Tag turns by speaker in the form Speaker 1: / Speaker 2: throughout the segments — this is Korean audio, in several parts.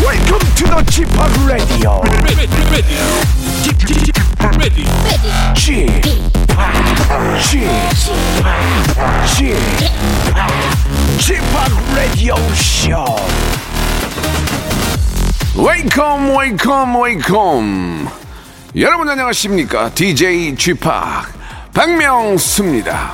Speaker 1: Welcome to the g p o p Radio.
Speaker 2: ready, ready, ready, ready.
Speaker 1: g p o p g p o p g p o p Radio Show.
Speaker 3: 웨이컴 웨이컴 웨이컴 여러분 안녕하십니까 DJ g p o p 박명수입니다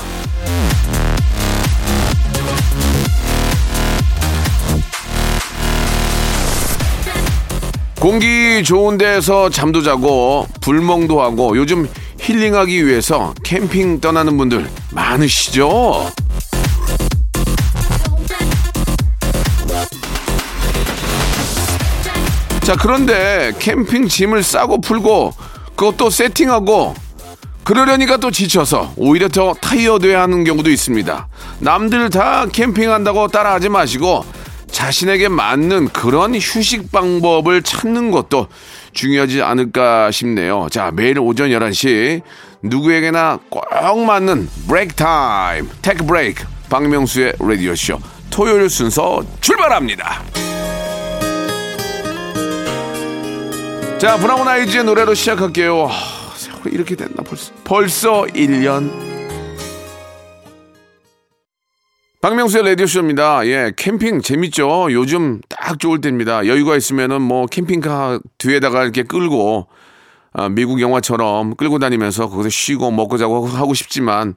Speaker 3: 공기 좋은 데서 잠도 자고 불멍도 하고 요즘 힐링하기 위해서 캠핑 떠나는 분들 많으시죠? 자 그런데 캠핑 짐을 싸고 풀고 그것도 세팅하고 그러려니까 또 지쳐서 오히려 더 타이어드해야 하는 경우도 있습니다. 남들 다 캠핑한다고 따라하지 마시고 자신에게 맞는 그런 휴식 방법을 찾는 것도 중요하지 않을까 싶네요. 자, 매일 오전 11시 누구에게나 꼭 맞는 브레이크 타임, 테크 브레이크 박명수의 라디오쇼 토요일 순서 출발합니다. 자, 브라운 아이즈의 노래로 시작할게요. 하, 세월이 이렇게 됐나 벌써. 벌써 1년. 박명수의 라디오쇼입니다. 예, 캠핑 재밌죠? 요즘 딱 좋을 때입니다. 여유가 있으면은 뭐 캠핑카 뒤에다가 이렇게 끌고, 아, 미국 영화처럼 끌고 다니면서 거기서 쉬고 먹고 자고 하고- 하고 싶지만,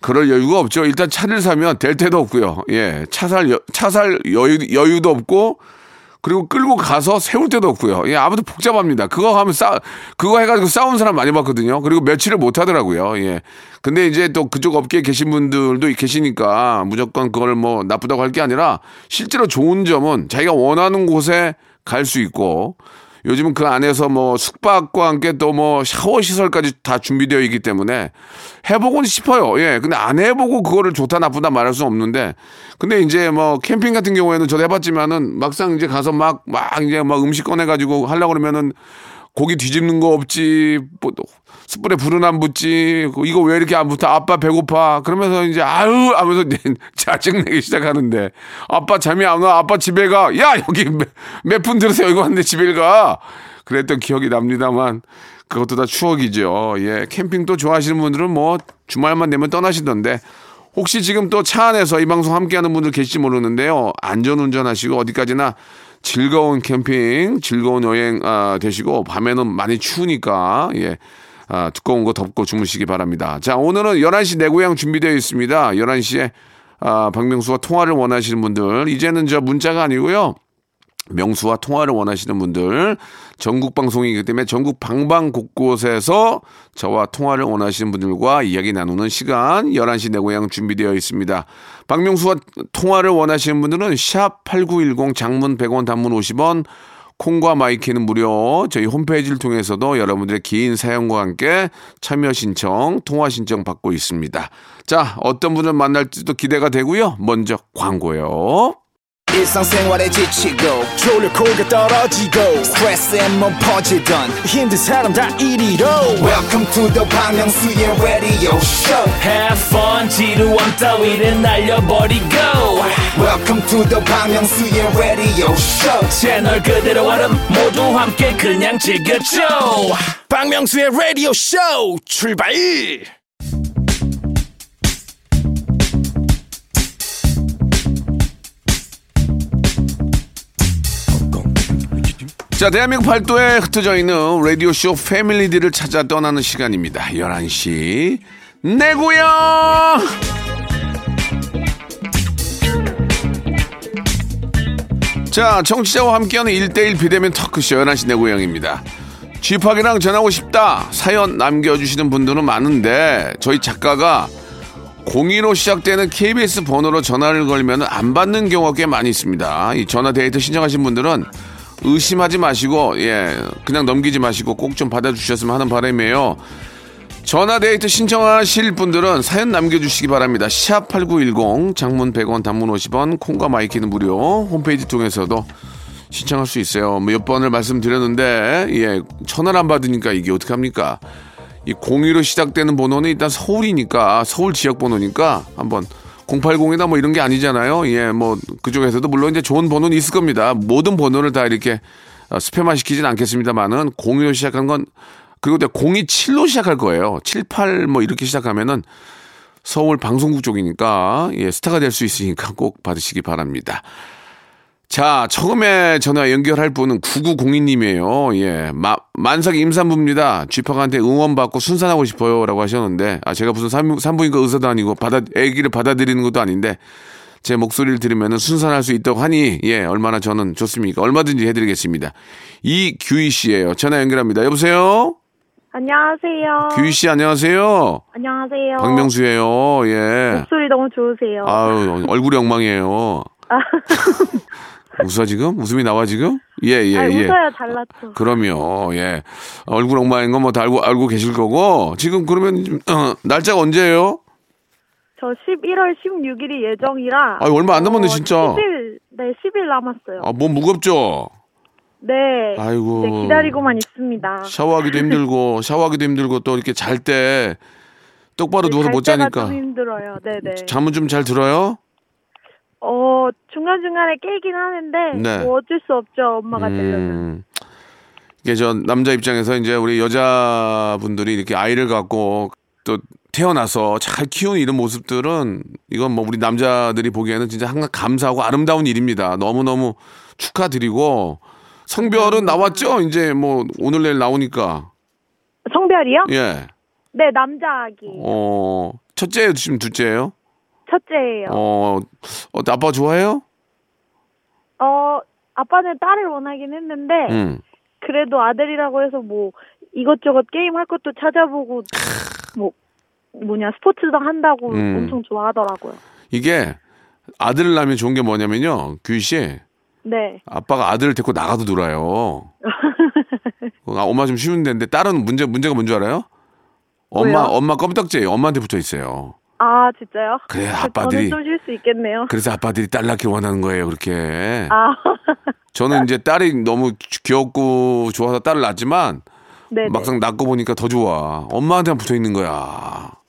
Speaker 3: 그럴 여유가 없죠. 일단 차를 사면 될 데도 없고요. 예, 차살, 여- 차살 여유, 여유도 없고, 그리고 끌고 가서 세울 때도 없고요. 예, 아무튼 복잡합니다. 그거 하면 싸, 그거 해가지고 싸운 사람 많이 봤거든요. 그리고 며칠을 못 하더라고요. 예. 근데 이제 또 그쪽 업계에 계신 분들도 계시니까 무조건 그걸 뭐 나쁘다고 할 게 아니라 실제로 좋은 점은 자기가 원하는 곳에 갈 수 있고 요즘은 그 안에서 뭐 숙박과 함께 또 뭐 샤워 시설까지 다 준비되어 있기 때문에 해보곤 싶어요. 예. 근데 안 해보고 그거를 좋다 나쁘다 말할 수 없는데 근데 이제 뭐 캠핑 같은 경우에는 저도 해봤지만은 막상 이제 가서 막 막 이제 막 음식 꺼내가지고 하려고 그러면은 고기 뒤집는 거 없지, 뭐, 또 숯불에 불은 안 붙지, 그 이거 왜 이렇게 안 붙어? 아빠 배고파. 그러면서 이제, 아유! 하면서 이제 짜증내기 시작하는데, 아빠 잠이 안 와, 아빠 집에 가. 야! 여기 몇 분 들으세요? 이거 왔는데 집에 가. 그랬던 기억이 납니다만, 그것도 다 추억이죠. 예, 캠핑도 좋아하시는 분들은 뭐, 주말만 되면 떠나시던데, 혹시 지금 또 차 안에서 이 방송 함께하는 분들 계실지 모르는데요. 안전운전 하시고 어디까지나 즐거운 캠핑, 즐거운 여행 아, 되시고 밤에는 많이 추우니까 예. 아, 두꺼운 거 덮고 주무시기 바랍니다. 자, 오늘은 11시 내 고향 준비되어 있습니다. 11시에 아, 박명수와 통화를 원하시는 분들 이제는 저 문자가 아니고요. 명수와 통화를 원하시는 분들 전국 방송이기 때문에 전국 방방 곳곳에서 저와 통화를 원하시는 분들과 이야기 나누는 시간 11시 내 고향 준비되어 있습니다. 박명수와 통화를 원하시는 분들은 샵8910 장문 100원 단문 50원 콩과 마이키는 무료 저희 홈페이지를 통해서도 여러분들의 긴 사연과 함께 참여 신청, 통화 신청 받고 있습니다. 자, 어떤 분을 만날지도 기대가 되고요. 먼저 광고요.
Speaker 4: 일상생활에 지치고, 졸려 코가 떨어지고, 스트레스에 몸 퍼지던, 힘든 사람 다 이리로. welcome to the Bang Myung-soo's radio show
Speaker 2: Have fun, 지루한 따위를 날려버리고
Speaker 4: welcome to the Bang Myung-soo's radio show
Speaker 2: 채널 그대로 얼음 모두 함께 그냥 즐겨줘
Speaker 1: 박명수의 라디오 쇼 출발!
Speaker 3: 자, 대한민국 팔도에 흩어져 있는 라디오쇼 패밀리들을 찾아 떠나는 시간입니다. 11시. 네, 내 고향! 자, 청취자와 함께하는 1대1 비대면 터크쇼 11시 내 고향입니다. 쥐팍이랑 전하고 싶다. 사연 남겨주시는 분들은 많은데, 저희 작가가 02로 시작되는 KBS 번호로 전화를 걸면 안 받는 경우가 꽤 많이 있습니다. 이 전화 데이트 신청하신 분들은 의심하지 마시고 예 그냥 넘기지 마시고 꼭 좀 받아주셨으면 하는 바람이에요. 전화 데이트 신청하실 분들은 사연 남겨주시기 바랍니다. 샵8910 장문 100원 단문 50원 콩과 마이키는 무료 홈페이지 통해서도 신청할 수 있어요. 몇 번을 말씀드렸는데 예 전화를 안 받으니까 이게 어떡합니까? 아, 이 공유로 시작되는 번호는 일단 서울이니까 서울 지역 번호니까 한번 080이나 뭐 이런 게 아니잖아요. 예, 뭐 그중에서도 물론 이제 좋은 번호는 있을 겁니다. 모든 번호를 다 이렇게 어, 스팸화 시키진 않겠습니다만은 02로 시작한 건 그리고 027로 시작할 거예요. 78 뭐 이렇게 시작하면은 서울 방송국 쪽이니까 예, 스타가 될 수 있으니까 꼭 받으시기 바랍니다. 자, 처음에 전화 연결할 분은 9902님이에요. 예. 마, 만삭 임산부입니다. 쥐파한테 응원받고 순산하고 싶어요. 라고 하셨는데, 아, 제가 무슨 산부, 산부인과 의사도 아니고, 받아, 애기를 받아들이는 것도 아닌데, 제 목소리를 들으면 순산할 수 있다고 하니, 예, 얼마나 저는 좋습니까? 얼마든지 해드리겠습니다. 이규희 씨예요 전화 연결합니다. 여보세요?
Speaker 5: 안녕하세요.
Speaker 3: 규희 씨, 안녕하세요?
Speaker 5: 안녕하세요.
Speaker 3: 박명수예요. 예.
Speaker 5: 목소리 너무 좋으세요.
Speaker 3: 아유, 얼굴이 엉망이에요.
Speaker 5: 아.
Speaker 3: 웃어 지금? 웃음이 나와 지금? 예, 예,
Speaker 5: 아,
Speaker 3: 예.
Speaker 5: 웃어야 잘났죠.
Speaker 3: 그럼요. 예. 얼굴 엉망인 건 뭐 다 알고 알고 계실 거고 지금 그러면 좀, 어, 날짜가 언제예요?
Speaker 5: 저 11월 16일이 예정이라.
Speaker 3: 아, 얼마 안 남았네, 진짜.
Speaker 5: 10일, 네, 10일 남았어요.
Speaker 3: 아, 몸 무겁죠.
Speaker 5: 네.
Speaker 3: 아이고.
Speaker 5: 이제 기다리고만 있습니다.
Speaker 3: 샤워하기도 힘들고 샤워하기도 힘들고 또 이렇게 잘 때 똑바로
Speaker 5: 네,
Speaker 3: 누워서
Speaker 5: 잘
Speaker 3: 못
Speaker 5: 때가
Speaker 3: 자니까
Speaker 5: 좀 힘들어요. 네네.
Speaker 3: 잠은 좀 잘 들어요?
Speaker 5: 어, 중간중간에 깨긴 하는데.
Speaker 3: 네.
Speaker 5: 뭐 어쩔 수 없죠. 엄마가 되려면.
Speaker 3: 음. 이게 저 남자 입장에서 이제 우리 여자분들이 이렇게 아이를 갖고 또 태어나서 잘 키우는 이런 모습들은 이건 뭐 우리 남자들이 보기에는 진짜 항상 감사하고 아름다운 일입니다. 너무너무 축하드리고 성별은 나왔죠? 이제 뭐 오늘 내일 나오니까.
Speaker 5: 성별이요?
Speaker 3: 예.
Speaker 5: 네, 남자 아기.
Speaker 3: 어, 첫째예요, 지금 둘째예요?
Speaker 5: 첫째예요. 어.
Speaker 3: 어, 어 아빠 좋아해요? 어.
Speaker 5: 어, 아빠는 딸을 원하긴 했는데.
Speaker 3: 응.
Speaker 5: 그래도 아들이라고 해서 뭐 이것저것 게임 할 것도 찾아보고 뭐 뭐냐 스포츠도 한다고
Speaker 3: 음.
Speaker 5: 엄청 좋아하더라고요.
Speaker 3: 이게 아들을 낳으면 좋은 게 뭐냐면요. 규희 씨.
Speaker 5: 네.
Speaker 3: 아빠가 아들을 데리고 나가도 놀아요. 어, 아, 엄마 좀 쉬운 데인데 딸은 문제 문제가 뭔 줄 알아요? 엄마
Speaker 5: 왜요?
Speaker 3: 엄마 껌딱지예요. 엄마한테 붙어 있어요.
Speaker 5: 아 진짜요?
Speaker 3: 그래,
Speaker 5: 저-
Speaker 3: 아빠들이-
Speaker 5: 저는 좀 쉴 수 있겠네요.
Speaker 3: 그래서 아빠들이 딸 낳기 원하는 거예요. 그렇게
Speaker 5: 아
Speaker 3: 저는 이제 딸이 너무 귀- 귀엽고 좋아서 딸을 낳지만
Speaker 5: 네.
Speaker 3: 막상 낳고 보니까 더 좋아. 엄마한테 붙어 있는 거야.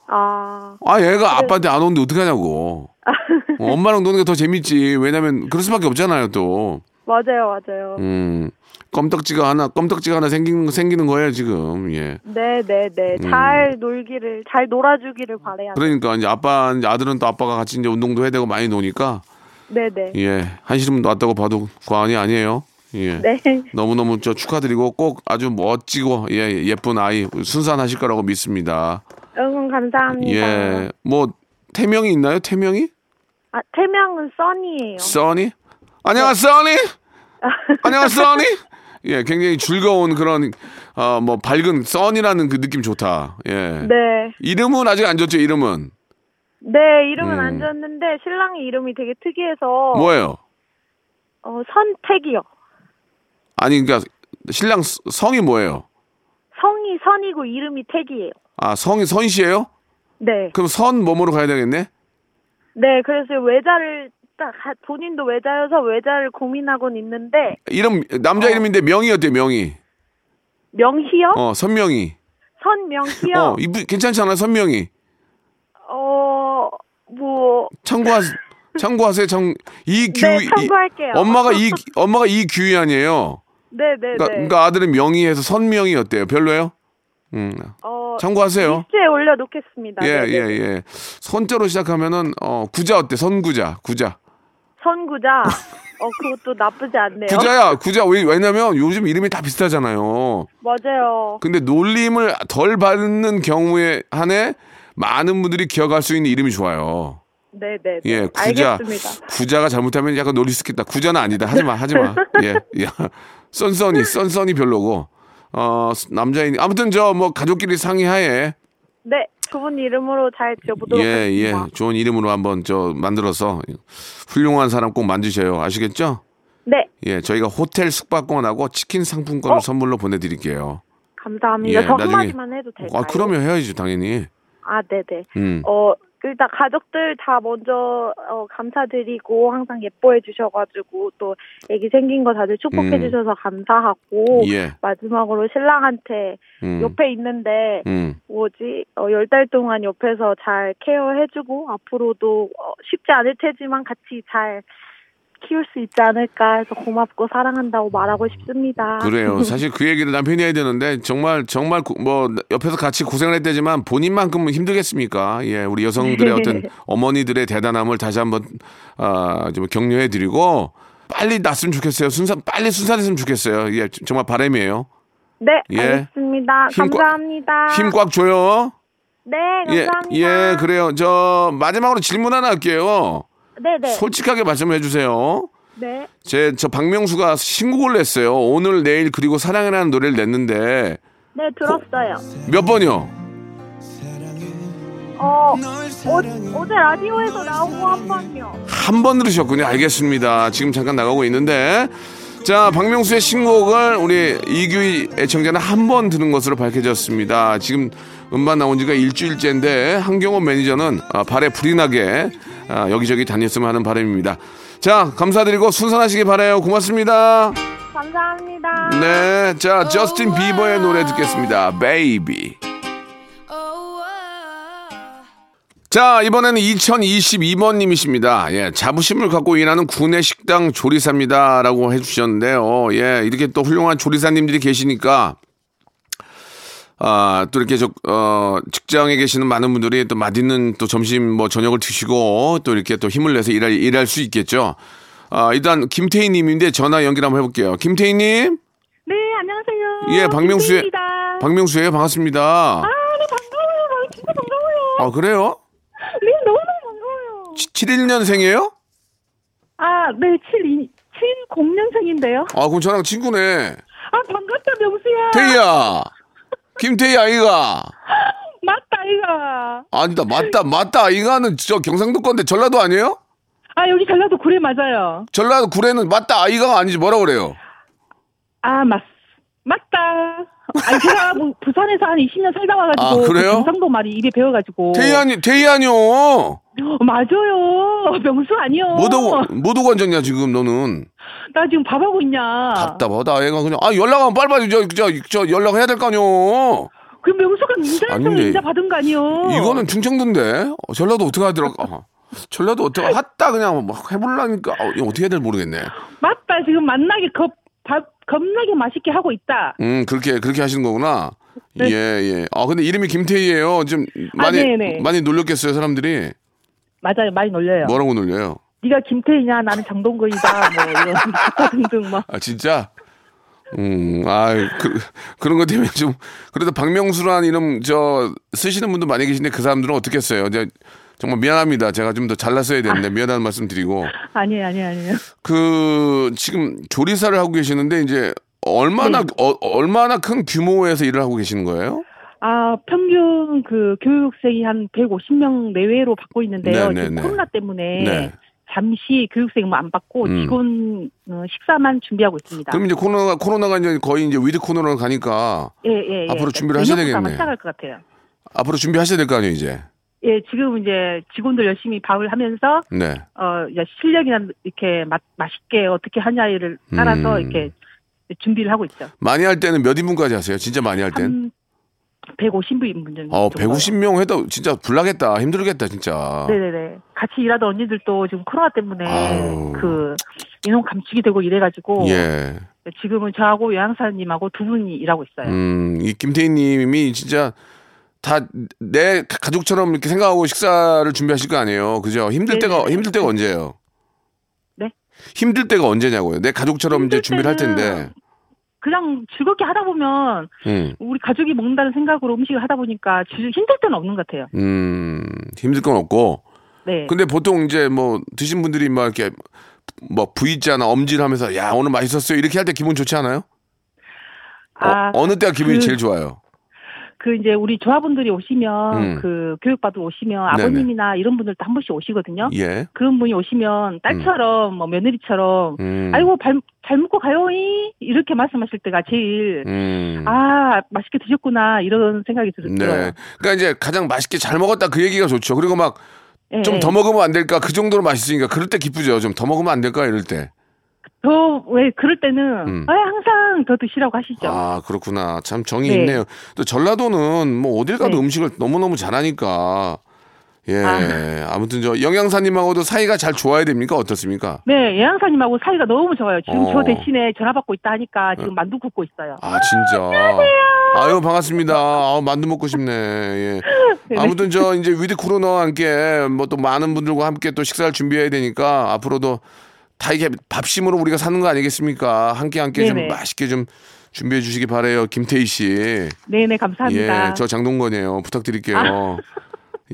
Speaker 5: 아
Speaker 3: 아 얘가 아빠한테 안 오는데 어떻게 하냐고. 어, 엄마랑 노는 게 더 재밌지. 왜냐면 그럴 수밖에 없잖아요. 또
Speaker 5: 맞아요 맞아요.
Speaker 3: 음, 껌딱지가 하나 껌딱지가 하나 생기는 생기는 거예요 지금. 예.
Speaker 5: 네 네 네. 잘 놀기를 잘 놀아주기를 바래야. 돼.
Speaker 3: 음. 그러니까 이제 아빠 이제 아들은 또 아빠가 같이 이제 운동도 해야 되고 많이 노니까
Speaker 5: 네 네.
Speaker 3: 예 한시름 놨다고 봐도 과언이 아니에요. 예.
Speaker 5: 네.
Speaker 3: 너무 너무 저 축하드리고 꼭 아주 멋지고 예 예쁜 아이 순산하실 거라고 믿습니다.
Speaker 5: 응원 감사합니다.
Speaker 3: 예. 뭐 태명이 있나요? 태명이?
Speaker 5: 아 태명은 써니예요.
Speaker 3: 써니?
Speaker 5: 네.
Speaker 3: 안녕하세요, 써니. 안녕하세요, 써니. 예, 굉장히 즐거운 그런 어뭐 밝은 써니라는 그 느낌 좋다. 예.
Speaker 5: 네.
Speaker 3: 이름은 아직 안 줬죠, 이름은.
Speaker 5: 네 이름은
Speaker 3: 음.
Speaker 5: 안 줬는데 신랑의 이름이 되게 특이해서
Speaker 3: 뭐예요?
Speaker 5: 어, 선택이요.
Speaker 3: 아니 그러니까 신랑 스- 성이 뭐예요?
Speaker 5: 성이 선이고 이름이 택이에요.
Speaker 3: 아 성이 선 씨예요?
Speaker 5: 네.
Speaker 3: 그럼 선 뭐뭐로 가야 되겠네?
Speaker 5: 네, 그래서 외자를 딱 하- 본인도 외자여서 외자를 고민하곤 있는데
Speaker 3: 이름 남자 이름인데 명이 어때 명이?
Speaker 5: 명희요?
Speaker 3: 어 선명이.
Speaker 5: 선명희요?
Speaker 3: 어
Speaker 5: 어,
Speaker 3: 이쁘 괜찮지 않아 선명이? 어.
Speaker 5: 어, 뭐
Speaker 3: 참고하 참고하세요 참 이규
Speaker 5: 네, 참고할게요.
Speaker 3: 엄마가 이 엄마가 이규희 아니에요?
Speaker 5: 네, 네,
Speaker 3: 그러니까,
Speaker 5: 네.
Speaker 3: 그러니까 아들은 명이에서 선명이 어때요? 별로예요? 음
Speaker 5: 어,
Speaker 3: 참고하세요.
Speaker 5: 리스트에 올려 놓겠습니다.
Speaker 3: 예
Speaker 5: 네,
Speaker 3: 예
Speaker 5: 네.
Speaker 3: 예. 선자로 시작하면은 어 구자 어때? 선구자 구자.
Speaker 5: 선구자. 어, 그것도 나쁘지 않네요.
Speaker 3: 구자야 구자 왜 왜냐면 요즘 이름이 다 비슷하잖아요.
Speaker 5: 맞아요.
Speaker 3: 근데 놀림을 덜 받는 경우에 한해 많은 분들이 기억할 수 있는 이름이 좋아요.
Speaker 5: 네, 네. 네.
Speaker 3: 예, 구자.
Speaker 5: 알겠습니다.
Speaker 3: 구자가 잘못하면 약간 놀릴 수 있겠다. 구자는 아니다. 하지 마, 하지 마. 예, 예. 썬썬이, 썬썬이 별로고. 어, 남자인. 아무튼 저 뭐 가족끼리 상의하에
Speaker 5: 네, 두 분 이름으로 잘 지어보도록
Speaker 3: 예, 예.
Speaker 5: 하겠습니다.
Speaker 3: 좋은 이름으로 한번 저 만들어서 훌륭한 사람 꼭 만드셔요. 아시겠죠?
Speaker 5: 네,
Speaker 3: 예, 저희가 호텔 숙박권하고 치킨 상품권을
Speaker 5: 어?
Speaker 3: 선물로 보내드릴게요. 아,
Speaker 5: 감사합니다.
Speaker 3: 예,
Speaker 5: 저
Speaker 3: 나중에-
Speaker 5: 한마디만 해도 될까요?
Speaker 3: 아, 그러면 해야지, 당연히.
Speaker 5: 아, 네네.
Speaker 3: 음.
Speaker 5: 어, 일단 가족들 다 먼저 어, 감사드리고 항상 예뻐해 주셔가지고 또 애기 생긴 거 다들 축복해
Speaker 3: 음.
Speaker 5: 주셔서 감사하고
Speaker 3: 예.
Speaker 5: 마지막으로 신랑한테
Speaker 3: 음.
Speaker 5: 옆에 있는데
Speaker 3: 음.
Speaker 5: 뭐지 어, 열 달 동안 옆에서 잘 케어해주고 앞으로도 어, 쉽지 않을 테지만 같이 잘 키울 수 있지 않을까 해서 고맙고 사랑한다고 말하고 싶습니다.
Speaker 3: 그래요. 사실 그 얘기를 남편이 해야 되는데 정말 정말 고- 뭐 옆에서 같이 고생을 했대지만 본인만큼은 힘들겠습니까? 예, 우리 여성들의 어떤 어머니들의 대단함을 다시 한번 아, 좀 격려해 드리고 빨리 났으면 좋겠어요. 순산 빨리 순산했으면 좋겠어요. 예, 저- 정말 바람이에요.
Speaker 5: 네
Speaker 3: 예.
Speaker 5: 알겠습니다.
Speaker 3: 힘 꽉-
Speaker 5: 감사합니다.
Speaker 3: 힘 꽉 줘요.
Speaker 5: 네
Speaker 3: 예,
Speaker 5: 아, 감사합니다.
Speaker 3: 예, 그래요. 저 마지막으로 질문 하나 할게요.
Speaker 5: 네네.
Speaker 3: 솔직하게 말씀해 주세요.
Speaker 5: 네.
Speaker 3: 제 저 박명수가 신곡을 냈어요. 오늘 내일 그리고 사랑이라는 노래를 냈는데
Speaker 5: 네 들었어요.
Speaker 3: 몇 번이요?
Speaker 5: 어, 어 어제 라디오에서 나오고 한 번요.
Speaker 3: 한 번 들으셨군요. 알겠습니다. 지금 잠깐 나가고 있는데. 자, 박명수의 신곡을 우리 이규희 애청자는 한 번 들은 것으로 밝혀졌습니다. 지금 음반 나온 지가 일주일째인데 한경호 매니저는 아, 발에 불이 나게 아, 여기저기 다녔으면 하는 바람입니다. 자, 감사드리고 순산하시기 바라요. 고맙습니다.
Speaker 5: 감사합니다.
Speaker 3: 네, 자, 저스틴 비버의 노래 듣겠습니다. 베이비. 자, 이번에는 2022번님이십니다. 예, 자부심을 갖고 일하는 군내 식당 조리사입니다라고 해주셨는데요. 예, 이렇게 또 훌륭한 조리사님들이 계시니까, 아, 또 이렇게 저, 어, 직장에 계시는 많은 분들이 또 맛있는 또 점심 뭐 저녁을 드시고 또 이렇게 또 힘을 내서 일할, 일할 수 있겠죠. 아, 일단 김태희 님인데 전화 연결 한번 해볼게요. 김태희 님?
Speaker 5: 네 안녕하세요.
Speaker 3: 예, 박명수의,
Speaker 5: 김태희입니다.
Speaker 3: 박명수예요 반갑습니다.
Speaker 5: 아, 네, 반가워요. 진짜 반가워요.
Speaker 3: 아, 그래요?
Speaker 5: 네, 너무너무 반가워요.
Speaker 3: 71년생이에요?
Speaker 5: 아, 네, 72, 70년생인데요.
Speaker 3: 아, 그럼 저랑 친구네.
Speaker 5: 아, 반갑다, 명수야.
Speaker 3: 태희야. 김태희 아이가.
Speaker 5: 맞다, 이거.
Speaker 3: 아니다, 맞다, 맞다. 아이가는 저 경상도 건데 전라도 아니에요?
Speaker 5: 아, 여기 전라도 구례 맞아요.
Speaker 3: 전라도 구례는 맞다, 아이가가 아니지 뭐라 그래요?
Speaker 5: 아, 맞, 맞다. 아니, 제가 뭐 부산에서 한 20년 살다 와가지고.
Speaker 3: 아, 그래요?
Speaker 5: 그 경상도 말이 입에 배워가지고.
Speaker 3: 태희 아니, 태희 아니요.
Speaker 5: 어, 맞아요. 명수 아니요.
Speaker 3: 뭐도, 뭐도 관전이야, 지금 너는.
Speaker 5: 나 지금 밥하고 있냐.
Speaker 6: 아.
Speaker 3: 답답하다, 애가 그냥. 아, 연락하면 빨리빨리 저, 저, 저 연락해야 될 거 아니요.
Speaker 5: 그 명수가 인자했으면
Speaker 3: 아닌데.
Speaker 5: 인자 받은 거 아니요.
Speaker 3: 이거는 충청도인데. 어, 전라도 어떻게 하더라. 어, 전라도 어떻게, 핫다 그냥 막 해보려니까. 어, 이거 어떻게 해야 될지 모르겠네.
Speaker 5: 맞다, 지금 만나게 겁, 밥, 겁나게 맛있게 하고 있다.
Speaker 3: 음 그렇게 그렇게 하시는 거구나.
Speaker 5: 네.
Speaker 3: 예 예. 아 근데 이름이 김태희예요. 좀
Speaker 5: 아,
Speaker 3: 많이
Speaker 5: 네네. 네.
Speaker 3: 많이 놀렸겠어요 사람들이.
Speaker 5: 맞아요, 많이 놀려요.
Speaker 3: 뭐라고 놀려요?
Speaker 5: 네가 김태희냐 나는 장동건이다 뭐 이런 등등 막
Speaker 3: 아 진짜. 음, 아, 그, 그런 것 때문에 좀, 그래도 박명수라는 이름, 저, 쓰시는 분도 많이 계신데 그 사람들은 어떻겠어요? 이제 정말 미안합니다. 제가 좀 더 잘났어야 되는데, 미안한 말씀 드리고.
Speaker 5: 아니에요 아니에요 아니에요
Speaker 3: 그, 지금 조리사를 하고 계시는데, 이제,
Speaker 5: 네.
Speaker 3: 얼마나, 어, 얼마나 큰 규모에서 일을 하고 계시는 거예요?
Speaker 5: 아 평균 그 교육생이 한 150명 내외로 받고 있는데요
Speaker 3: 네, 네,
Speaker 5: 지금
Speaker 3: 네.
Speaker 5: 코로나 때문에
Speaker 3: 네.
Speaker 5: 잠시 교육생 뭐안 받고
Speaker 3: 음.
Speaker 5: 직원 어, 식사만 준비하고 있습니다
Speaker 3: 그럼 이제 코로나가, 코로나가 이제 거의 이제 위드 코너로 가니까,
Speaker 5: 예예
Speaker 3: 앞으로 준비를 하셔야 되겠네.
Speaker 5: 시작할 것 같아요
Speaker 3: 앞으로 준비하셔야 될 거 아니에요, 이제.
Speaker 5: 예 지금 이제 직원들 열심히 밥을 하면서
Speaker 3: 네.
Speaker 5: 어 이제 실력이나 이렇게 맛 맛있게 어떻게 하냐를 따라서
Speaker 3: 음.
Speaker 5: 이렇게 준비를 하고 있죠
Speaker 3: 많이 할 때는 몇 인분까지 하세요? 진짜 많이 할 땐?
Speaker 5: 한 150분 정도
Speaker 3: 네. 어, 150명 해도 진짜 불나겠다. 힘들겠다, 진짜.
Speaker 5: 네네네. 같이 일하던 언니들도 지금 코로나 때문에
Speaker 3: 어. 아유.
Speaker 5: 그 인원 감축이 되고 이래가지고
Speaker 3: 예.
Speaker 5: 지금은 저하고 요양사님하고 두 분이 일하고 있어요.
Speaker 3: 음, 이 김태희 님이 진짜 다 내 가족처럼 이렇게 생각하고 식사를 준비하실 거 아니에요. 그죠? 힘들
Speaker 5: 네네.
Speaker 3: 때가, 힘들 때가 언제예요?
Speaker 5: 네?
Speaker 3: 힘들 때가 언제냐고요. 내 가족처럼 이제
Speaker 5: 힘들
Speaker 3: 준비를 할
Speaker 5: 때는
Speaker 3: 텐데.
Speaker 5: 그냥 즐겁게 하다 보면
Speaker 3: 음.
Speaker 5: 우리 가족이 먹는다는 생각으로 음식을 하다 보니까 지- 힘들 때는 없는 것 같아요.
Speaker 3: 음, 힘들 건 없고.
Speaker 5: 네.
Speaker 3: 음. 근데 보통 이제 뭐 드신 분들이 막 이렇게 뭐 V자나 엄지를 하면서 야 오늘 맛있었어요 이렇게 할 때 기분 좋지 않아요?
Speaker 5: 아
Speaker 3: 어, 느 때가 기분이
Speaker 5: 그-
Speaker 3: 제일 좋아요?
Speaker 7: 그 이제 우리 조합원들이 오시면
Speaker 3: 음.
Speaker 7: 그 교육받으러 오시면 아버님이나 이런 분들도 한 번씩 오시거든요.
Speaker 3: 예.
Speaker 7: 그런 분이 오시면 딸처럼 뭐 며느리처럼
Speaker 3: 음.
Speaker 7: 아이고 발, 잘 먹고 가요이 이렇게 말씀하실 때가 제일
Speaker 3: 음.
Speaker 7: 아 맛있게 드셨구나 이런 생각이 들- 들어요.
Speaker 3: 네. 그러니까 이제 가장 맛있게 잘 먹었다 그 얘기가 좋죠. 그리고 막 좀 더
Speaker 7: 예, 예.
Speaker 3: 먹으면 안 될까? 그 정도로 맛있으니까 그럴 때 기쁘죠. 좀 더 먹으면 안 될까? 이럴 때.
Speaker 7: 저 왜 그럴 때는
Speaker 3: 음.
Speaker 7: 아, 항상 더 드시라고 하시죠.
Speaker 3: 아, 그렇구나. 참 정이
Speaker 7: 네.
Speaker 3: 있네요. 또 전라도는 뭐 어딜
Speaker 7: 네.
Speaker 3: 가도 음식을 너무너무 잘하니까. 예. 아. 무튼저 영양사님하고도 사이가 잘 좋아야 됩니까? 어떻습니까?
Speaker 7: 네, 예양사님하고 사이가 너무 좋아요. 지금
Speaker 3: 어.
Speaker 7: 저 대신에 전화 받고 있다 하니까 지금 만두 굽고 있어요.
Speaker 3: 아, 진짜. 아유, 반갑습니다. 아우, 만두 먹고 싶네. 예.
Speaker 7: 네.
Speaker 3: 아무튼 저 이제 위드 코로나와 함께 뭐 또 많은 분들과 함께 또 식사를 준비해야 되니까 앞으로도 다 이게 밥심으로 우리가 사는 거 아니겠습니까? 함께 함께 좀
Speaker 7: 네네.
Speaker 3: 맛있게 좀 준비해 주시기 바래요. 김태희 씨.
Speaker 7: 네네, 감사합니다. 아.
Speaker 3: 예, 저 장동건이에요. 부탁드릴게요.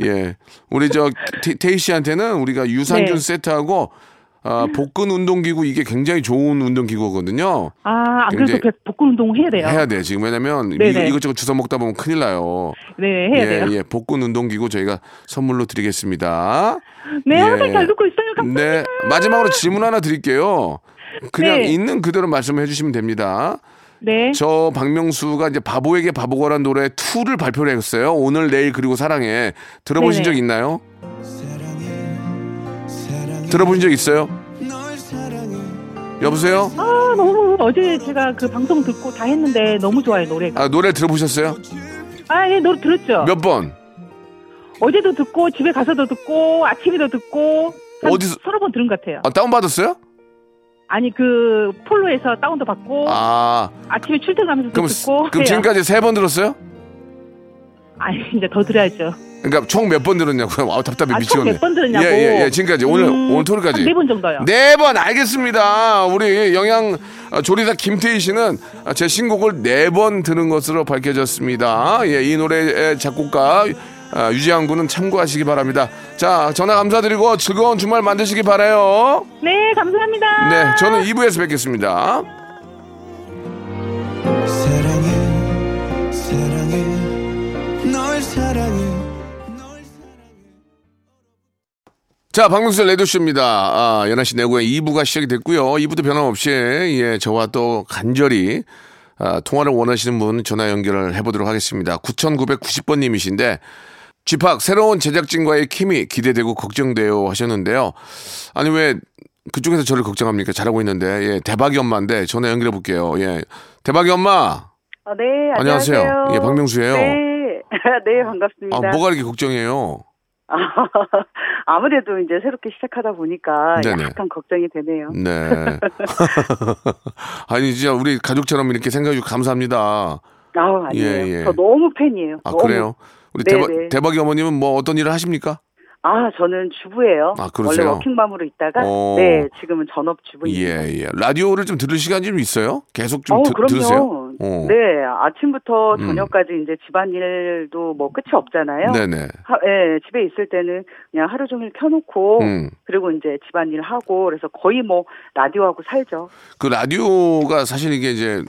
Speaker 3: 예, 우리 저 태- 태희 씨한테는 우리가 유산균
Speaker 7: 네.
Speaker 3: 세트하고 아, 복근 운동기구 이게 굉장히 좋은 운동기구거든요.
Speaker 7: 아, 안
Speaker 3: 굉장히-
Speaker 7: 그래도 그 복근 운동 해야 돼요.
Speaker 3: 해야 돼 지금 왜냐면 이거,
Speaker 7: 네네.
Speaker 3: 이것저것 주워 먹다 보면 큰일 나요.
Speaker 7: 네, 해야
Speaker 3: 예,
Speaker 7: 돼요.
Speaker 3: 예, 복근 운동기구 저희가 선물로 드리겠습니다.
Speaker 7: 네,
Speaker 3: 예.
Speaker 7: 항상 잘 듣고 있어요. 감사합니다.
Speaker 3: 네, 마지막으로 질문 하나 드릴게요. 그냥
Speaker 7: 네.
Speaker 3: 있는 그대로 말씀해 주시면 됩니다.
Speaker 7: 네.
Speaker 3: 저 박명수가 이제 바보에게 바보거란 노래 2를 발표를 했어요. 오늘 내일 그리고 사랑해 들어보신
Speaker 7: 네네.
Speaker 3: 적 있나요? 들어보신 적 있어요? 여보세요?
Speaker 7: 아, 너무 어제 제가 그 방송 듣고 다 했는데 너무 좋아요, 노래가.
Speaker 3: 아 노래 들어보셨어요?
Speaker 7: 아, 예, 노래 들었죠?
Speaker 6: 어.
Speaker 3: 몇 번?
Speaker 7: 어제도 듣고, 집에 가서도 듣고, 아침에도 듣고, 한
Speaker 3: 어디서-
Speaker 7: 서너 번 들은 것 같아요.
Speaker 3: 아 다운 받았어요?
Speaker 7: 아, 니그 폴로에서 다운도 받고, 아.
Speaker 3: 아
Speaker 7: 침에 출퇴근하면서
Speaker 3: 그럼
Speaker 7: 듣고.
Speaker 3: 그럼
Speaker 7: 해요.
Speaker 3: 지금까지 세 번 들었어요?
Speaker 7: 아니, 이제 더 들어야죠.
Speaker 3: 그러니까 총 몇 번 들었냐고요? 아 답답해
Speaker 7: 아,
Speaker 3: 미치겠네.
Speaker 7: 총몇번 들었냐고.
Speaker 3: 예예 예, 지금까지 오늘
Speaker 7: 음,
Speaker 3: 오늘 토요일까지.
Speaker 7: 한네번 정도요.
Speaker 3: 네 번 알겠습니다. 우리 영양 아, 조리사 김태희 씨는 아, 제 신곡을 네 번 들은 것으로 밝혀졌습니다. 예, 이 노래의 작곡가 아, 유지한 군은 참고하시기 바랍니다. 자, 전화 감사드리고 즐거운 주말 만드시기 바라요.
Speaker 7: 네, 감사합니다.
Speaker 3: 네, 저는 2부에서 뵙겠습니다. 자, 박명수 레디쇼입니다. 아, 연하 씨 내고의 2부가 시작이 됐고요. 2부도 변함없이, 예, 저와 또 간절히, 아, 통화를 원하시는 분 전화 연결을 해보도록 하겠습니다. 9990번님이신데, 집합, 새로운 제작진과의 케미 기대되고 걱정돼요 하셨는데요. 아니, 왜 그쪽에서 저를 걱정합니까? 잘하고 있는데, 예, 대박이 엄마인데, 전화 연결해 볼게요. 예. 대박이 엄마!
Speaker 6: 아, 네,
Speaker 3: 안녕하세요.
Speaker 6: 안녕하세요.
Speaker 3: 예, 박명수예요.
Speaker 6: 네, 네, 반갑습니다.
Speaker 3: 아, 뭐가 이렇게 걱정해요? 아,
Speaker 6: 무래도 이제 새롭게 시작하다 보니까
Speaker 3: 뭐- 네네.
Speaker 6: 약간 걱정이 되네요.
Speaker 3: 네. 아니 진짜 우리 가족처럼 이렇게 생각해 주셔서 감사합니다.
Speaker 6: 아우, 아니에요.
Speaker 3: 예, 예.
Speaker 6: 저 너무 팬이에요.
Speaker 3: 아
Speaker 6: 너무.
Speaker 3: 그래요? 우리
Speaker 6: 어, 네,
Speaker 3: 대박
Speaker 6: 네.
Speaker 3: 대박이 어머님은 뭐 어떤 일을 하십니까?
Speaker 6: 아, 저는 주부예요.
Speaker 3: 아, 그러세요?
Speaker 6: 원래 워킹맘으로 있다가
Speaker 3: 어.
Speaker 6: 네, 지금은 전업
Speaker 3: 예,
Speaker 6: 주부입니다.
Speaker 3: 예. 라디오를 좀 들을 시간이 좀 있어요? 계속 좀
Speaker 6: 어우,
Speaker 3: 드-
Speaker 6: 그럼요.
Speaker 3: 들으세요? 어.
Speaker 6: 네, 아침부터
Speaker 3: 음.
Speaker 6: 저녁까지 이제 집안일도 뭐 끝이 없잖아요.
Speaker 3: 네네.
Speaker 6: 하, 예, 집에 있을 때는 그냥 하루 종일 켜놓고
Speaker 3: 음.
Speaker 6: 그리고 이제 집안일 하고 그래서 거의 뭐 라디오하고 살죠.
Speaker 3: 그 라디오가 사실 이게 이제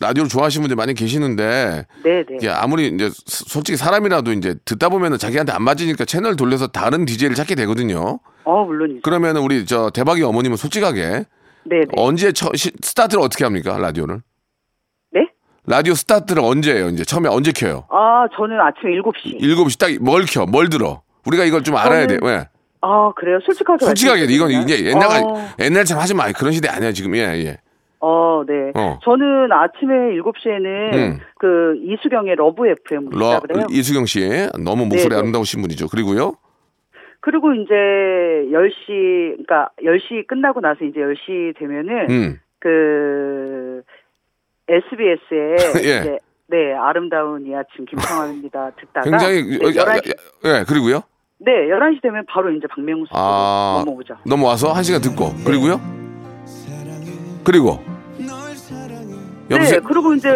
Speaker 3: 라디오를 좋아하시는 분들 많이 계시는데
Speaker 6: 네, 네.
Speaker 3: 이게 예, 아무리 이제 스- 솔직히 사람이라도 이제 듣다 보면은 자기한테 안 맞으니까 채널 돌려서 다른 DJ를 찾게 되거든요.
Speaker 6: 어, 물론이죠.
Speaker 3: 그러면은 우리 저 대박이 어머님은 솔직하게
Speaker 6: 네, 네.
Speaker 3: 언제 처, 시- 스타트를 어떻게 합니까? 라디오를?
Speaker 6: 네?
Speaker 3: 라디오 스타트를 언제 해요? 이제 처음에 언제 켜요?
Speaker 6: 아, 저는 아침 7시.
Speaker 3: 7시 딱 뭘 켜? 뭘 들어? 우리가 이걸 좀 알아야 돼.
Speaker 6: 저는-
Speaker 3: 왜?
Speaker 6: 아, 그래요? 솔직하게.
Speaker 3: 솔직하게 이건
Speaker 6: 말씀드리면?
Speaker 3: 이제 옛날
Speaker 6: 어,
Speaker 3: 옛날처럼 하지 마. 그런 시대 아니야, 지금. 예, 예.
Speaker 6: 어, 네.
Speaker 3: 어.
Speaker 6: 저는 아침에 7시에는
Speaker 3: 음.
Speaker 6: 그 이수경의 러브 FM
Speaker 3: 러,
Speaker 6: 있다 아, 그래요.
Speaker 3: 이수경 씨. 너무 목소리
Speaker 6: 네, 네.
Speaker 3: 아름다우신 분이죠. 그리고요.
Speaker 6: 그리고 이제 10시 그러니까 10시 끝나고 나서 이제 10시 되면은
Speaker 3: 음.
Speaker 6: 그 SBS의
Speaker 3: 예.
Speaker 6: 이제 네, 아름다운 이 아침 김성환입니다. 듣다가
Speaker 3: 굉장히 어,
Speaker 6: 네,
Speaker 3: 야, 야,
Speaker 6: 11시,
Speaker 3: 야, 예, 그리고
Speaker 6: 네, 11시 되면 바로 이제 박명수
Speaker 3: 아.
Speaker 6: 넘어오죠.
Speaker 3: 넘어와서 한 시간 듣고. 그리고요. 그리고
Speaker 6: 네,
Speaker 3: 여보세요.
Speaker 6: 그리고 이제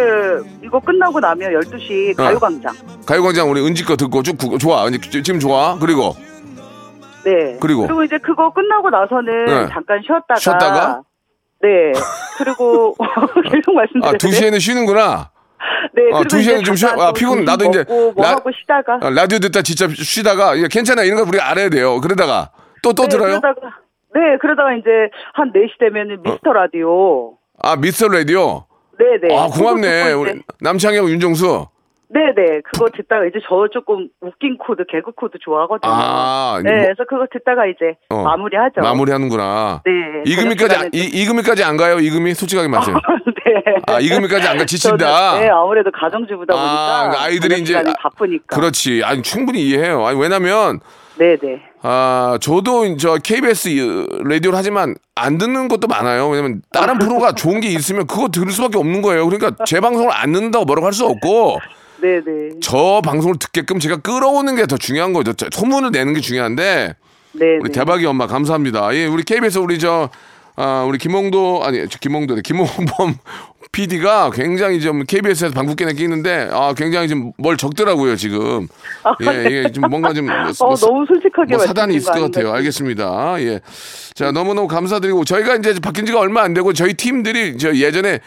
Speaker 6: 이거 끝나고 나면
Speaker 3: 네.
Speaker 6: 12시 가요광장.
Speaker 3: 가요광장 우리 은지 거 듣고 쭉 구- 좋아. 이제 지금 좋아. 그리고
Speaker 6: 네.
Speaker 3: 그리고?
Speaker 6: 이제 그거 끝나고 나서는
Speaker 3: 네.
Speaker 6: 잠깐 쉬었다가
Speaker 3: 쉬었다가?
Speaker 6: 네. 그리고 계속 말씀드렸는데
Speaker 3: 아, 2시에는 쉬는구나.
Speaker 6: 네,
Speaker 3: 아,
Speaker 6: 그리고
Speaker 3: 두 시간은
Speaker 6: 이제
Speaker 3: 좀 쉬어.
Speaker 6: 잠깐
Speaker 3: 아, 피곤.
Speaker 6: 좀
Speaker 3: 나도 이제
Speaker 6: 먹고 뭐
Speaker 3: 라-
Speaker 6: 하고 쉬다가
Speaker 3: 아, 라디오 듣다 진짜 쉬다가 예, 괜찮아 이런 거 우리 알아야 돼요. 그러다가 또 또
Speaker 6: 네,
Speaker 3: 들어요? 어.
Speaker 6: 그러다가 네, 그러다가 이제 한 4시 되면은 미스터 라디오.
Speaker 3: 아 미스터 라디오.
Speaker 6: 네, 네.
Speaker 3: 아 고맙네
Speaker 6: 그거 듣고
Speaker 3: 우리
Speaker 6: 이제-
Speaker 3: 남창형 윤정수.
Speaker 6: 네, 네. 그거 듣다가 이제 저 조금 웃긴 코드, 개그 코드 좋아하거든요.
Speaker 3: 아,
Speaker 6: 네,
Speaker 3: 뭐-
Speaker 6: 그래서 그거 듣다가 이제
Speaker 3: 어.
Speaker 6: 마무리하죠.
Speaker 3: 마무리하는구나.
Speaker 6: 네.
Speaker 3: 이금희까지 안-
Speaker 6: 저녁 시간에
Speaker 3: 이, 이금희까지 안 가요? 이금희 솔직하게 말해요.
Speaker 6: 네.
Speaker 3: 아 이금희까지 안 가 지친다.
Speaker 6: 저는, 네, 아무래도 가정주부다
Speaker 3: 아,
Speaker 6: 보니까
Speaker 3: 그러니까 아이들이 이제-
Speaker 6: 저녁 시간이
Speaker 3: 아,
Speaker 6: 바쁘니까.
Speaker 3: 그렇지. 아니 충분히 이해해요. 아니 왜냐면
Speaker 6: 네, 네.
Speaker 3: 아, 저도 저 KBS 이- 라디오를 하지만 안 듣는 것도 많아요. 왜냐면 다른 프로가 좋은 게 있으면 그거 들을 수밖에 없는 거예요. 그러니까 제 방송을 안 듣는다고 뭐라고 할 수 없고
Speaker 6: 네, 네.
Speaker 3: 저 방송을 듣게끔 제가 끌어오는 게 더 중요한 거죠. 저- 소문을 내는 게 중요한데
Speaker 6: 네,
Speaker 3: 우리
Speaker 6: 네.
Speaker 3: 대박이 엄마 감사합니다. 예, 우리 KBS 우리 저 아, 우리 김홍도 아니 저 김홍도 김홍범 PD가 굉장히 좀 KBS에서 방국계나 끼는데 아 굉장히 좀 뭘 적더라고요 지금 예 이게 좀 뭔가 좀
Speaker 6: 아, 네. 어, 너무 솔직하게
Speaker 3: 뭐 사단이
Speaker 6: 말씀드린
Speaker 3: 있을
Speaker 6: 거
Speaker 3: 것 같아요.
Speaker 6: 아닌가요?
Speaker 3: 알겠습니다. 예. 자, 너무너무 감사드리고 저희가 이제 바뀐 지가 얼마 안 되고 저희 팀들이 저 예전에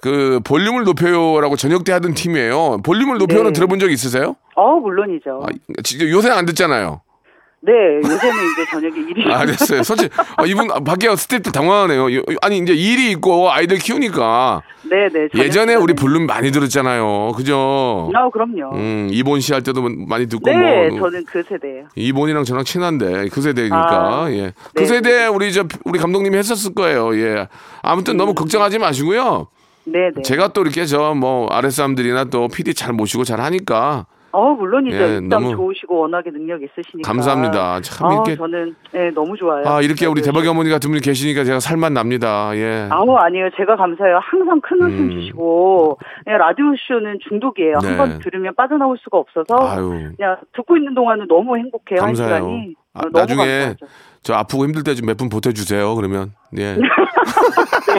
Speaker 3: 그 볼륨을 높여요라고 저녁 때 하던 팀이에요. 볼륨을 높여요는
Speaker 6: 네.
Speaker 3: 들어본 적 있으세요?
Speaker 6: 어, 물론이죠.
Speaker 3: 아, 진짜 요새 안 듣잖아요.
Speaker 6: 네, 요새는 이제 저녁에 일이
Speaker 3: 아, 됐어요. 솔직히 아, 이분 아, 밖에 스태프들 당황하네요. 요- 아니 이제 일이 있고 아이들 키우니까
Speaker 6: 네, 네. 저녁
Speaker 3: 예전에 우리
Speaker 6: 시간에-
Speaker 3: 볼륨 많이 들었잖아요. 그죠?
Speaker 6: 아, 그럼요.
Speaker 3: 음, 이본 씨 할 때도 많이 듣고
Speaker 6: 네,
Speaker 3: 뭐
Speaker 6: 저는 그 세대예요.
Speaker 3: 이본이랑 저랑 친한데 그 세대니까
Speaker 6: 아,
Speaker 3: 예. 그
Speaker 6: 네.
Speaker 3: 세대 우리 저 우리 감독님이 했었을 거예요. 예. 아무튼 너무 걱정하지 마시고요.
Speaker 6: 네, 음. 네.
Speaker 3: 제가 또 이렇게 저 뭐 아랫 사람들이나 또 PD 잘 모시고 잘 하니까
Speaker 6: 어, 물론이죠.
Speaker 3: 예,
Speaker 6: 입담
Speaker 3: 너무-
Speaker 6: 좋으시고 워낙에 능력 있으시니까.
Speaker 3: 감사합니다. 참
Speaker 6: 그러니까. 아,
Speaker 3: 이렇게-
Speaker 6: 저는 예, 너무 좋아요.
Speaker 3: 아 이렇게 우리
Speaker 6: 네,
Speaker 3: 대박이 어머니 같은 분이 계시니까 제가 살만 납니다. 예.
Speaker 6: 아우 아니에요. 제가 감사해요. 항상 큰 웃음 주시고 예, 라디오 쇼는 중독이에요.
Speaker 3: 네.
Speaker 6: 한 번 들으면 빠져나올 수가 없어서
Speaker 3: 아유.
Speaker 6: 그냥 듣고 있는 동안은 너무 행복해요. 한
Speaker 3: 감사해요.
Speaker 6: 시간이.
Speaker 3: 아,
Speaker 6: 어, 너무
Speaker 3: 나중에
Speaker 6: 감사하죠.
Speaker 3: 저 아프고 힘들 때 좀 몇 분 보태주세요. 그러면 예.
Speaker 6: 네,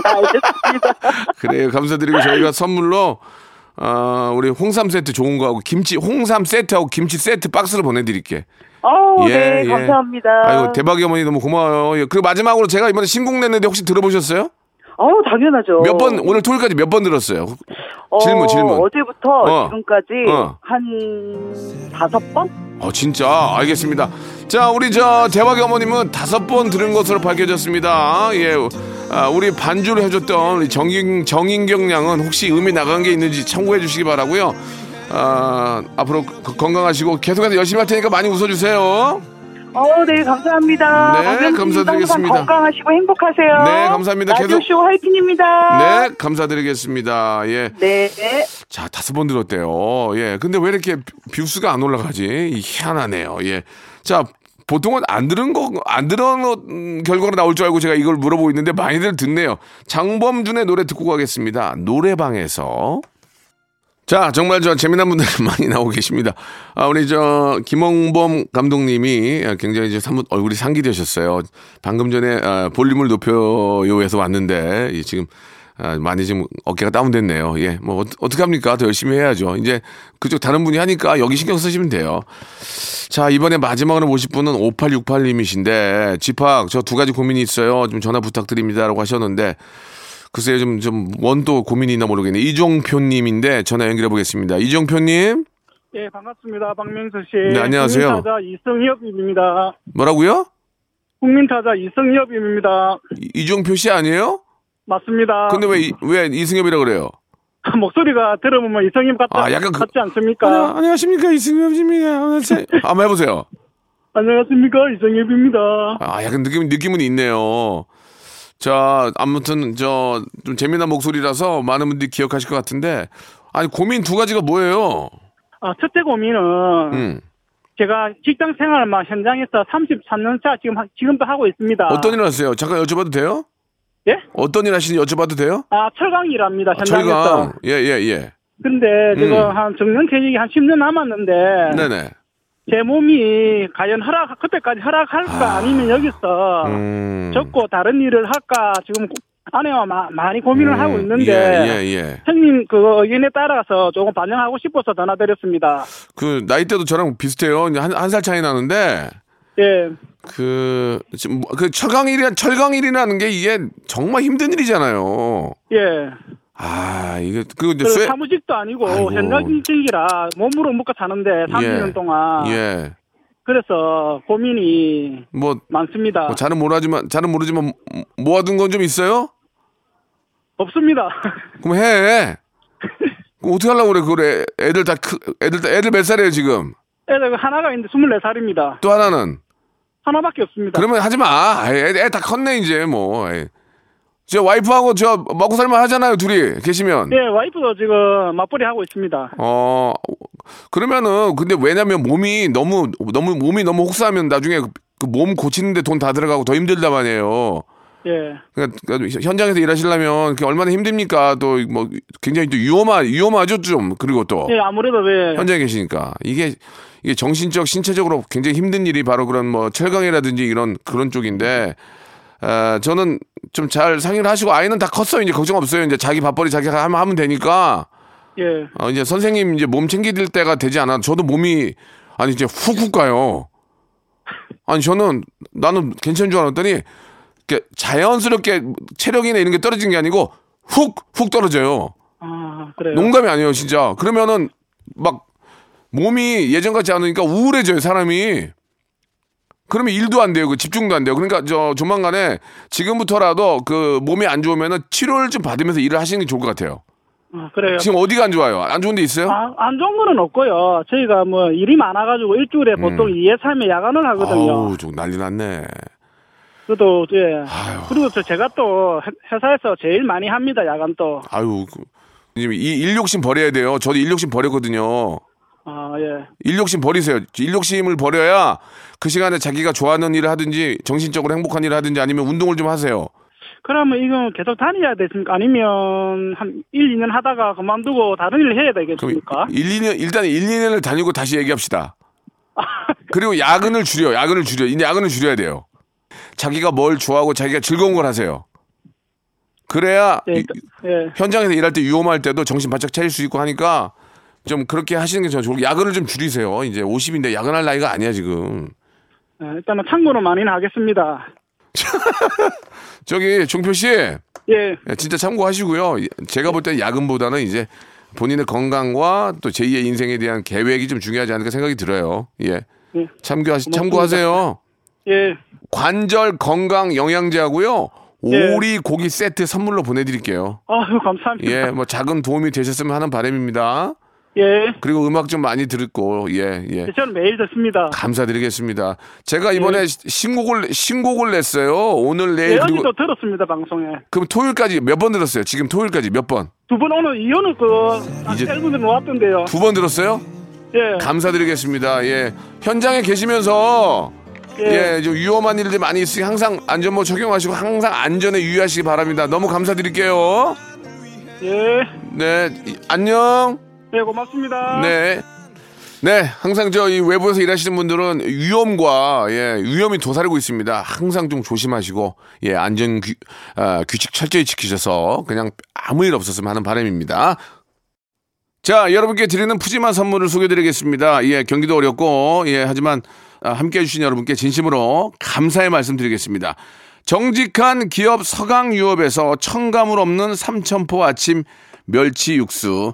Speaker 6: 알겠습니다.
Speaker 3: 그래요. 감사드리고 저희가 선물로 아 우리 홍삼 세트 좋은 거하고 김치 홍삼 세트하고 김치 세트 박스를 보내드릴게.
Speaker 6: 아우 네, 감사합니다.
Speaker 3: 예, 아유 대박이 어머니 너무 고마워요. 예, 그리고 마지막으로 제가 이번에 신곡 냈는데 혹시 들어보셨어요?
Speaker 6: 아우 당연하죠.
Speaker 3: 몇 번 오늘 토요일까지 몇 번 들었어요?
Speaker 6: 어,
Speaker 3: 질문, 질문.
Speaker 6: 어제부터
Speaker 3: 어.
Speaker 6: 지금까지
Speaker 3: 어.
Speaker 6: 한 다섯 번?
Speaker 3: 어 진짜 알겠습니다. 자 우리 저 대박의 어머님은 다섯 번 들은 것으로 밝혀졌습니다. 예, 아, 우리 반주를 해줬던 우리 정인 정인경 양은 혹시 음이 나간 게 있는지 참고해 주시기 바라고요. 아 앞으로 거- 건강하시고 계속해서 열심히 할 테니까 많이 웃어주세요.
Speaker 6: 어, 네, 감사합니다.
Speaker 3: 네,
Speaker 6: 박명수
Speaker 3: 감사드리겠습니다.
Speaker 6: 항상 건강하시고 행복하세요.
Speaker 3: 네, 감사합니다. 계속-
Speaker 6: 라디오쇼 화이팅입니다.
Speaker 3: 네 감사드리겠습니다. 예.
Speaker 6: 네.
Speaker 3: 자, 다섯 번 들었대요. 예. 근데 왜 이렇게 뷰스가 안 올라가지? 이 희한하네요. 예. 자, 보통은 안 들은 거, 안 들은 거, 음, 결과가 나올 줄 알고 제가 이걸 물어보고 있는데 많이들 듣네요. 장범준의 노래 듣고 가겠습니다. 노래방에서. 자, 정말 저 재미난 분들 많이 나오고 계십니다. 아, 우리 저 김홍범 감독님이 굉장히 이제 사뭇 얼굴이 상기되셨어요. 방금 전에 아, 볼륨을 높여요에서 왔는데 이 지금 아, 많이 지금 어깨가 다운됐네요. 예, 뭐 어, 떻게 합니까? 더 열심히 해야죠. 이제 그쪽 다른 분이 하니까 여기 신경 쓰시면 돼요. 자, 이번에 마지막으로 오실 분은 5868님이신데 집학 저 두 가지 고민이 있어요. 좀 전화 부탁드립니다라고 하셨는데 글쎄요 좀 좀 원 또 고민이 있나 모르겠네. 이종표님인데 전화 연결해 보겠습니다. 이종표님
Speaker 8: 예, 반갑습니다. 박명수 씨.
Speaker 3: 네, 안녕하세요.
Speaker 8: 국민타자 이성엽입니다.
Speaker 3: 뭐라고요?
Speaker 8: 국민타자 이성엽입니다.
Speaker 3: 이- 이종표 씨 아니에요?
Speaker 6: 아.
Speaker 8: 맞습니다.
Speaker 3: 근데 왜 이- 왜 이승엽이라 그래요?
Speaker 8: 목소리가 들어보면 이성엽 같다,
Speaker 3: 아, 약간 그-
Speaker 8: 같지 않습니까?
Speaker 3: 안녕하십니까 이승엽입니다. 한번 해보세요.
Speaker 8: 안녕하십니까 이성엽입니다.
Speaker 3: 아, 약간 느낌, 느낌은 있네요. 자, 아무튼, 저, 좀 재미난 목소리라서 많은 분들이 기억하실 것 같은데, 아니, 고민 두 가지가 뭐예요?
Speaker 8: 아, 첫째 고민은
Speaker 3: 음.
Speaker 8: 제가 직장 생활만 현장에서 33년 차 지금 하- 지금도 하고 있습니다.
Speaker 3: 어떤 일 하세요? 잠깐 여쭤봐도 돼요?
Speaker 8: 예?
Speaker 3: 어떤 일 하시는지 여쭤봐도 돼요?
Speaker 8: 아 철강 일합니다
Speaker 3: 아,
Speaker 8: 현장에서.
Speaker 3: 철강. 예, 예, 예.
Speaker 8: 근데 지금
Speaker 3: 음.
Speaker 8: 한 정년퇴직이 한 10년 남았는데
Speaker 3: 네네.
Speaker 8: 제 몸이 과연 허락 그때까지 허락할까
Speaker 3: 아.
Speaker 8: 아... 니면 여기서
Speaker 3: 음.
Speaker 8: 적고 다른 일을 할까 지금 고- 아내와 마- 많이 고민을
Speaker 3: 음,
Speaker 8: 하고 있는데
Speaker 3: 예, 예, 예.
Speaker 8: 형님 그 의견에 따라서 조금 반영하고 싶어서 전화드렸습니다.
Speaker 3: 그, 나이대도 저랑 비슷해요. 한, 한 살 차이 나는데,
Speaker 8: 예,
Speaker 3: 그, 지금, 뭐- 그, 철강일이란, 철강일이라는 게 이게 정말 힘든 일이잖아요.
Speaker 8: 예,
Speaker 3: 아 이게 그리고 이제
Speaker 8: 그
Speaker 3: 쇠
Speaker 8: 사무직도 아니고
Speaker 3: 아이고.
Speaker 8: 현장직이라 몸으로 먹고 사는데 30년 동안
Speaker 3: 예.
Speaker 8: 그래서 고민이
Speaker 3: 뭐,
Speaker 8: 많습니다.
Speaker 3: 뭐 잘은 모르지만 잘은 모르지만 모아둔 건 좀 있어요?
Speaker 8: 없습니다.
Speaker 3: 그럼 해. 그럼 어떻게 하려고 그래 그래 애들 다 크, 애들 다 애들 몇 살이에요 지금?
Speaker 8: 애들 하나가 있는데 24살입니다.
Speaker 3: 또 하나는
Speaker 8: 하나밖에 없습니다.
Speaker 3: 그러면 하지 마. 애다 컸네 이제 뭐. 에이. 저 와이프하고 저 먹고 살만 하잖아요 둘이 계시면.
Speaker 6: 네.
Speaker 8: 예, 와이프도 지금 맞벌이 하고 있습니다.
Speaker 3: 어 그러면은 근데 왜냐면 몸이 너무 너무 몸이 너무 혹사하면 나중에 그 몸 고치는데 돈 다 들어가고 더 힘들단 말이에요.
Speaker 8: 예.
Speaker 3: 그러니까 그러니까 현장에서 일하시려면 그게 얼마나 힘듭니까? 또 뭐 굉장히 또 위험하 위험하죠 좀 그리고
Speaker 6: 네.
Speaker 3: 또
Speaker 8: 예, 아무래도 예.
Speaker 3: 현장에 계시니까 이게 이게 정신적 신체적으로 굉장히 힘든 일이 바로 그런 뭐 철강이라든지 이런 그런 쪽인데 아, 저는 좀 잘 상의를 하시고 아이는 다 컸어요 이제 걱정 없어요 이제 자기 밥벌이 자기 하면 하면 되니까
Speaker 8: 예.
Speaker 3: 어, 이제 선생님 이제 몸 챙길 때가 되지 않아. 저도 몸이 아니 이제 훅훅 가요. 아니 저는 나는 괜찮은 줄 알았더니 이렇게 자연스럽게 체력이나 이런 게 떨어진 게 아니고 훅 훅 떨어져요.
Speaker 8: 아, 그래요.
Speaker 3: 농담이 아니에요, 진짜. 그러면은 막 몸이 예전 같지 않으니까 우울해져요, 사람이. 그러면 일도 안 돼요, 그 집중도 안 돼요. 그러니까 저 조만간에 지금부터라도 그 몸이 안 좋으면은 치료를 좀 받으면서 일을 하시는 게 좋을 것 같아요.
Speaker 8: 아, 그래요.
Speaker 3: 지금 어디가 안 좋아요? 안 좋은 데 있어요?
Speaker 8: 아, 안 좋은 거는 없고요. 저희가 뭐 일이 많아가지고 일주일에 보통 2회, 3회 야간을 하거든요.
Speaker 3: 음. 아우, 좀 난리 났네.
Speaker 8: 그래도 예. 그리고 저 제가 또 회- 회사에서 제일 많이 합니다. 야간 또.
Speaker 3: 아유, 그, 이제 이 일욕심 버려야 돼요. 저도 일욕심 버렸거든요.
Speaker 8: 아, 예.
Speaker 3: 일욕심 버리세요. 일욕심을 버려야 그 시간에 자기가 좋아하는 일을 하든지 정신적으로 행복한 일을 하든지 아니면 운동을 좀 하세요.
Speaker 8: 그러면 이건 계속 다녀야 되십니까? 아니면 한 1, 2년 하다가 그만두고 다른 일을 해야
Speaker 3: 그럼
Speaker 8: 되겠습니까?
Speaker 3: 1, 2년, 일단 1, 2년을 다니고 다시 얘기합시다. 그리고 야근을 줄여, 야근을 줄여. 이제 야근을 줄여야 돼요. 자기가 뭘 좋아하고 자기가 즐거운 걸 하세요. 네, 그래야
Speaker 8: 예.
Speaker 3: 이-
Speaker 8: 예.
Speaker 3: 현장에서 일할 때 위험할 때도 정신 바짝 차릴 수 있고 하니까 좀 그렇게 하시는 게 저는 좋고 야근을 좀 줄이세요. 이제 50인데 야근할 나이가 아니야 지금.
Speaker 8: 예, 일단은 참고로 많이는 하겠습니다.
Speaker 3: 저기 종표 씨 예,
Speaker 8: 예.
Speaker 3: 진짜 참고하시고요. 제가 볼 때 야근보다는 이제 본인의 건강과 또 제2의 인생에 대한 계획이 좀 중요하지 않을까 생각이 들어요. 예.
Speaker 8: 네.
Speaker 3: 참고하시, 참고하세요.
Speaker 8: 예.
Speaker 3: 관절 건강 영양제하고요.
Speaker 8: 네.
Speaker 3: 오리 고기 세트 선물로 보내드릴게요.
Speaker 8: 아유, 감사합니다.
Speaker 3: 예, 뭐 작은 도움이 되셨으면 하는 바람입니다.
Speaker 8: 예.
Speaker 3: 그리고 음악 좀 많이 들었고, 예, 예.
Speaker 8: 저는 매일 듣습니다.
Speaker 3: 감사드리겠습니다. 제가 이번에 시- 신곡을 신곡을 냈어요. 오늘
Speaker 8: 예,
Speaker 6: 네,
Speaker 3: 내일
Speaker 8: 어제도
Speaker 3: 그리고
Speaker 8: 들었습니다, 방송에.
Speaker 3: 그럼 토요일까지 몇 번 들었어요? 지금 토요일까지 몇 번?
Speaker 8: 두 분 오늘 이혼을 그, 아,
Speaker 3: 네, 이제-
Speaker 8: 앨범에 놓았던데요.
Speaker 3: 두 번 들었어요?
Speaker 8: 예.
Speaker 3: 감사드리겠습니다. 예. 현장에 계시면서 예, 좀 위험한 일들 많이 있으니 항상 안전모 적용하시고 항상 안전에 유의하시기 바랍니다. 너무 감사드릴게요.
Speaker 8: 예.
Speaker 3: 네. 이- 안녕.
Speaker 8: 예, 고맙습니다.
Speaker 3: 네. 네, 항상 저 이 외부에서 일하시는 분들은 위험과 예, 위험이 도사리고 있습니다. 항상 좀 조심하시고 예, 안전 규, 아, 규칙 철저히 지키셔서 그냥 아무 일 없었으면 하는 바람입니다. 자, 여러분께 드리는 푸짐한 선물을 소개드리겠습니다. 예, 경기도 어렵고 예, 하지만 아, 함께 해주신 여러분께 진심으로 감사의 말씀드리겠습니다. 정직한 기업 서강유업에서 청가물 없는 삼천포 아침 멸치 육수.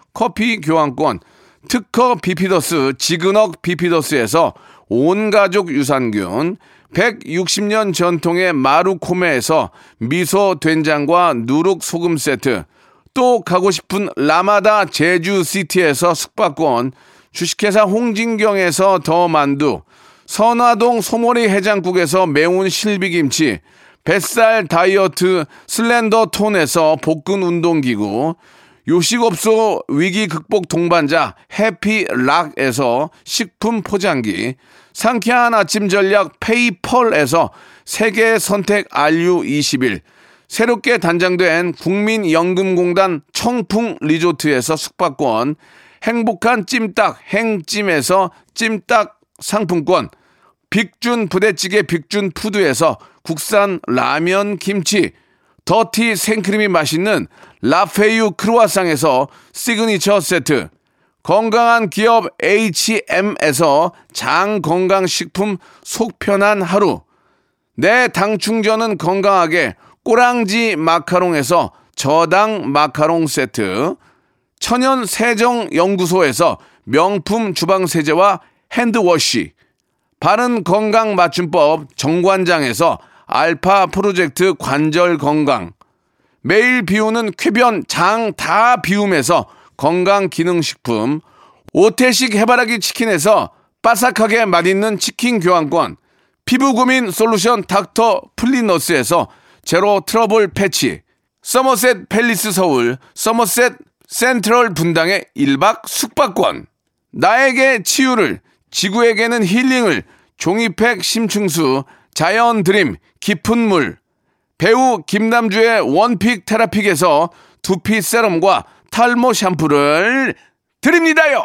Speaker 3: 커피 교환권, 특허 비피더스 지그넉 비피더스에서 온가족 유산균, 160년 전통의 마루코메에서 미소 된장과 누룩 소금 세트, 또 가고 싶은 라마다 제주시티에서 숙박권, 주식회사 홍진경에서 더 만두, 선화동 소머리 해장국에서 매운 실비김치, 뱃살 다이어트 슬렌더 톤에서 복근 운동기구, 요식업소 위기 극복 동반자 해피락에서 식품 포장기, 상쾌한 아침 전략 페이펄에서 세계 선택 RU21, 새롭게 단장된 국민연금공단 청풍 리조트에서 숙박권, 행복한 찜닭 행찜에서 찜닭 상품권, 빅준 부대찌개 빅준 푸드에서 국산 라면 김치, 더티 생크림이 맛있는 라페유 크루아상에서 시그니처 세트, 건강한 기업 HM에서 장건강식품 속편한 하루, 내 당 충전은 건강하게 꼬랑지 마카롱에서 저당 마카롱 세트, 천연 세정 연구소에서 명품 주방 세제와 핸드워시, 바른 건강 맞춤법 정관장에서 알파 프로젝트 관절 건강, 매일 비우는 쾌변 장 다 비움에서 건강 기능 식품, 오테식 해바라기 치킨에서 바삭하게 맛있는 치킨 교환권, 피부 고민 솔루션 닥터 플리너스에서 제로 트러블 패치, 서머셋 팰리스 서울, 서머셋 센트럴 분당의 1박 숙박권, 나에게 치유를, 지구에게는 힐링을, 종이팩 심층수, 자연 드림, 깊은 물, 배우 김남주의 원픽 테라픽에서 두피 세럼과 탈모 샴푸를 드립니다요.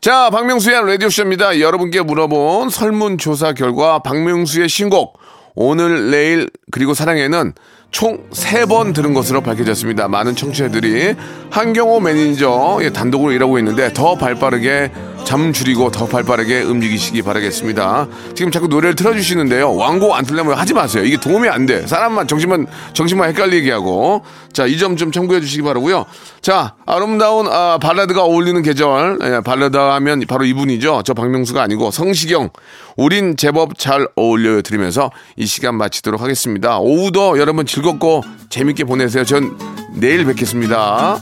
Speaker 3: 자, 박명수의 라디오쇼입니다. 여러분께 물어본 설문조사 결과 박명수의 신곡 오늘, 내일, 그리고 사랑에는 총 세 번 들은 것으로 밝혀졌습니다. 많은 청취자들이 한경호 매니저 예, 단독으로 일하고 있는데 더 발빠르게 잠 줄이고 더 발빠르게 움직이시기 바라겠습니다. 지금 자꾸 노래를 틀어주시는데요. 왕고 안 틀려면 하지 마세요. 이게 도움이 안 돼. 사람만 정신만 정신만 헷갈리게 하고 자 이 점 좀 참고해 주시기 바라고요. 자 아름다운 아, 발라드가 어울리는 계절 예, 발라드 하면 바로 이분이죠. 저 박명수가 아니고 성시경 우린 제법 잘 어울려 드리면서 이 시간 마치도록 하겠습니다. 오후도 여러분 즐겁고 재밌게 보내세요. 전 내일 뵙겠습니다.